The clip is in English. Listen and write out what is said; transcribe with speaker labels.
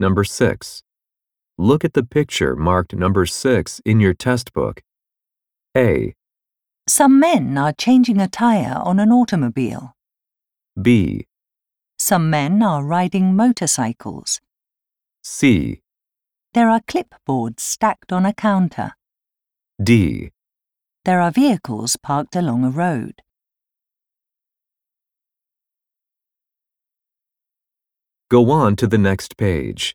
Speaker 1: Number 6. Look at the picture marked number 6 in your test book. A,
Speaker 2: Some men are changing a tire on an automobile.
Speaker 1: B,
Speaker 2: Some men are riding motorcycles.
Speaker 1: C,
Speaker 2: There are clipboards stacked on a counter.
Speaker 1: D.
Speaker 2: There are vehicles parked along a road.
Speaker 1: Go on to the next page.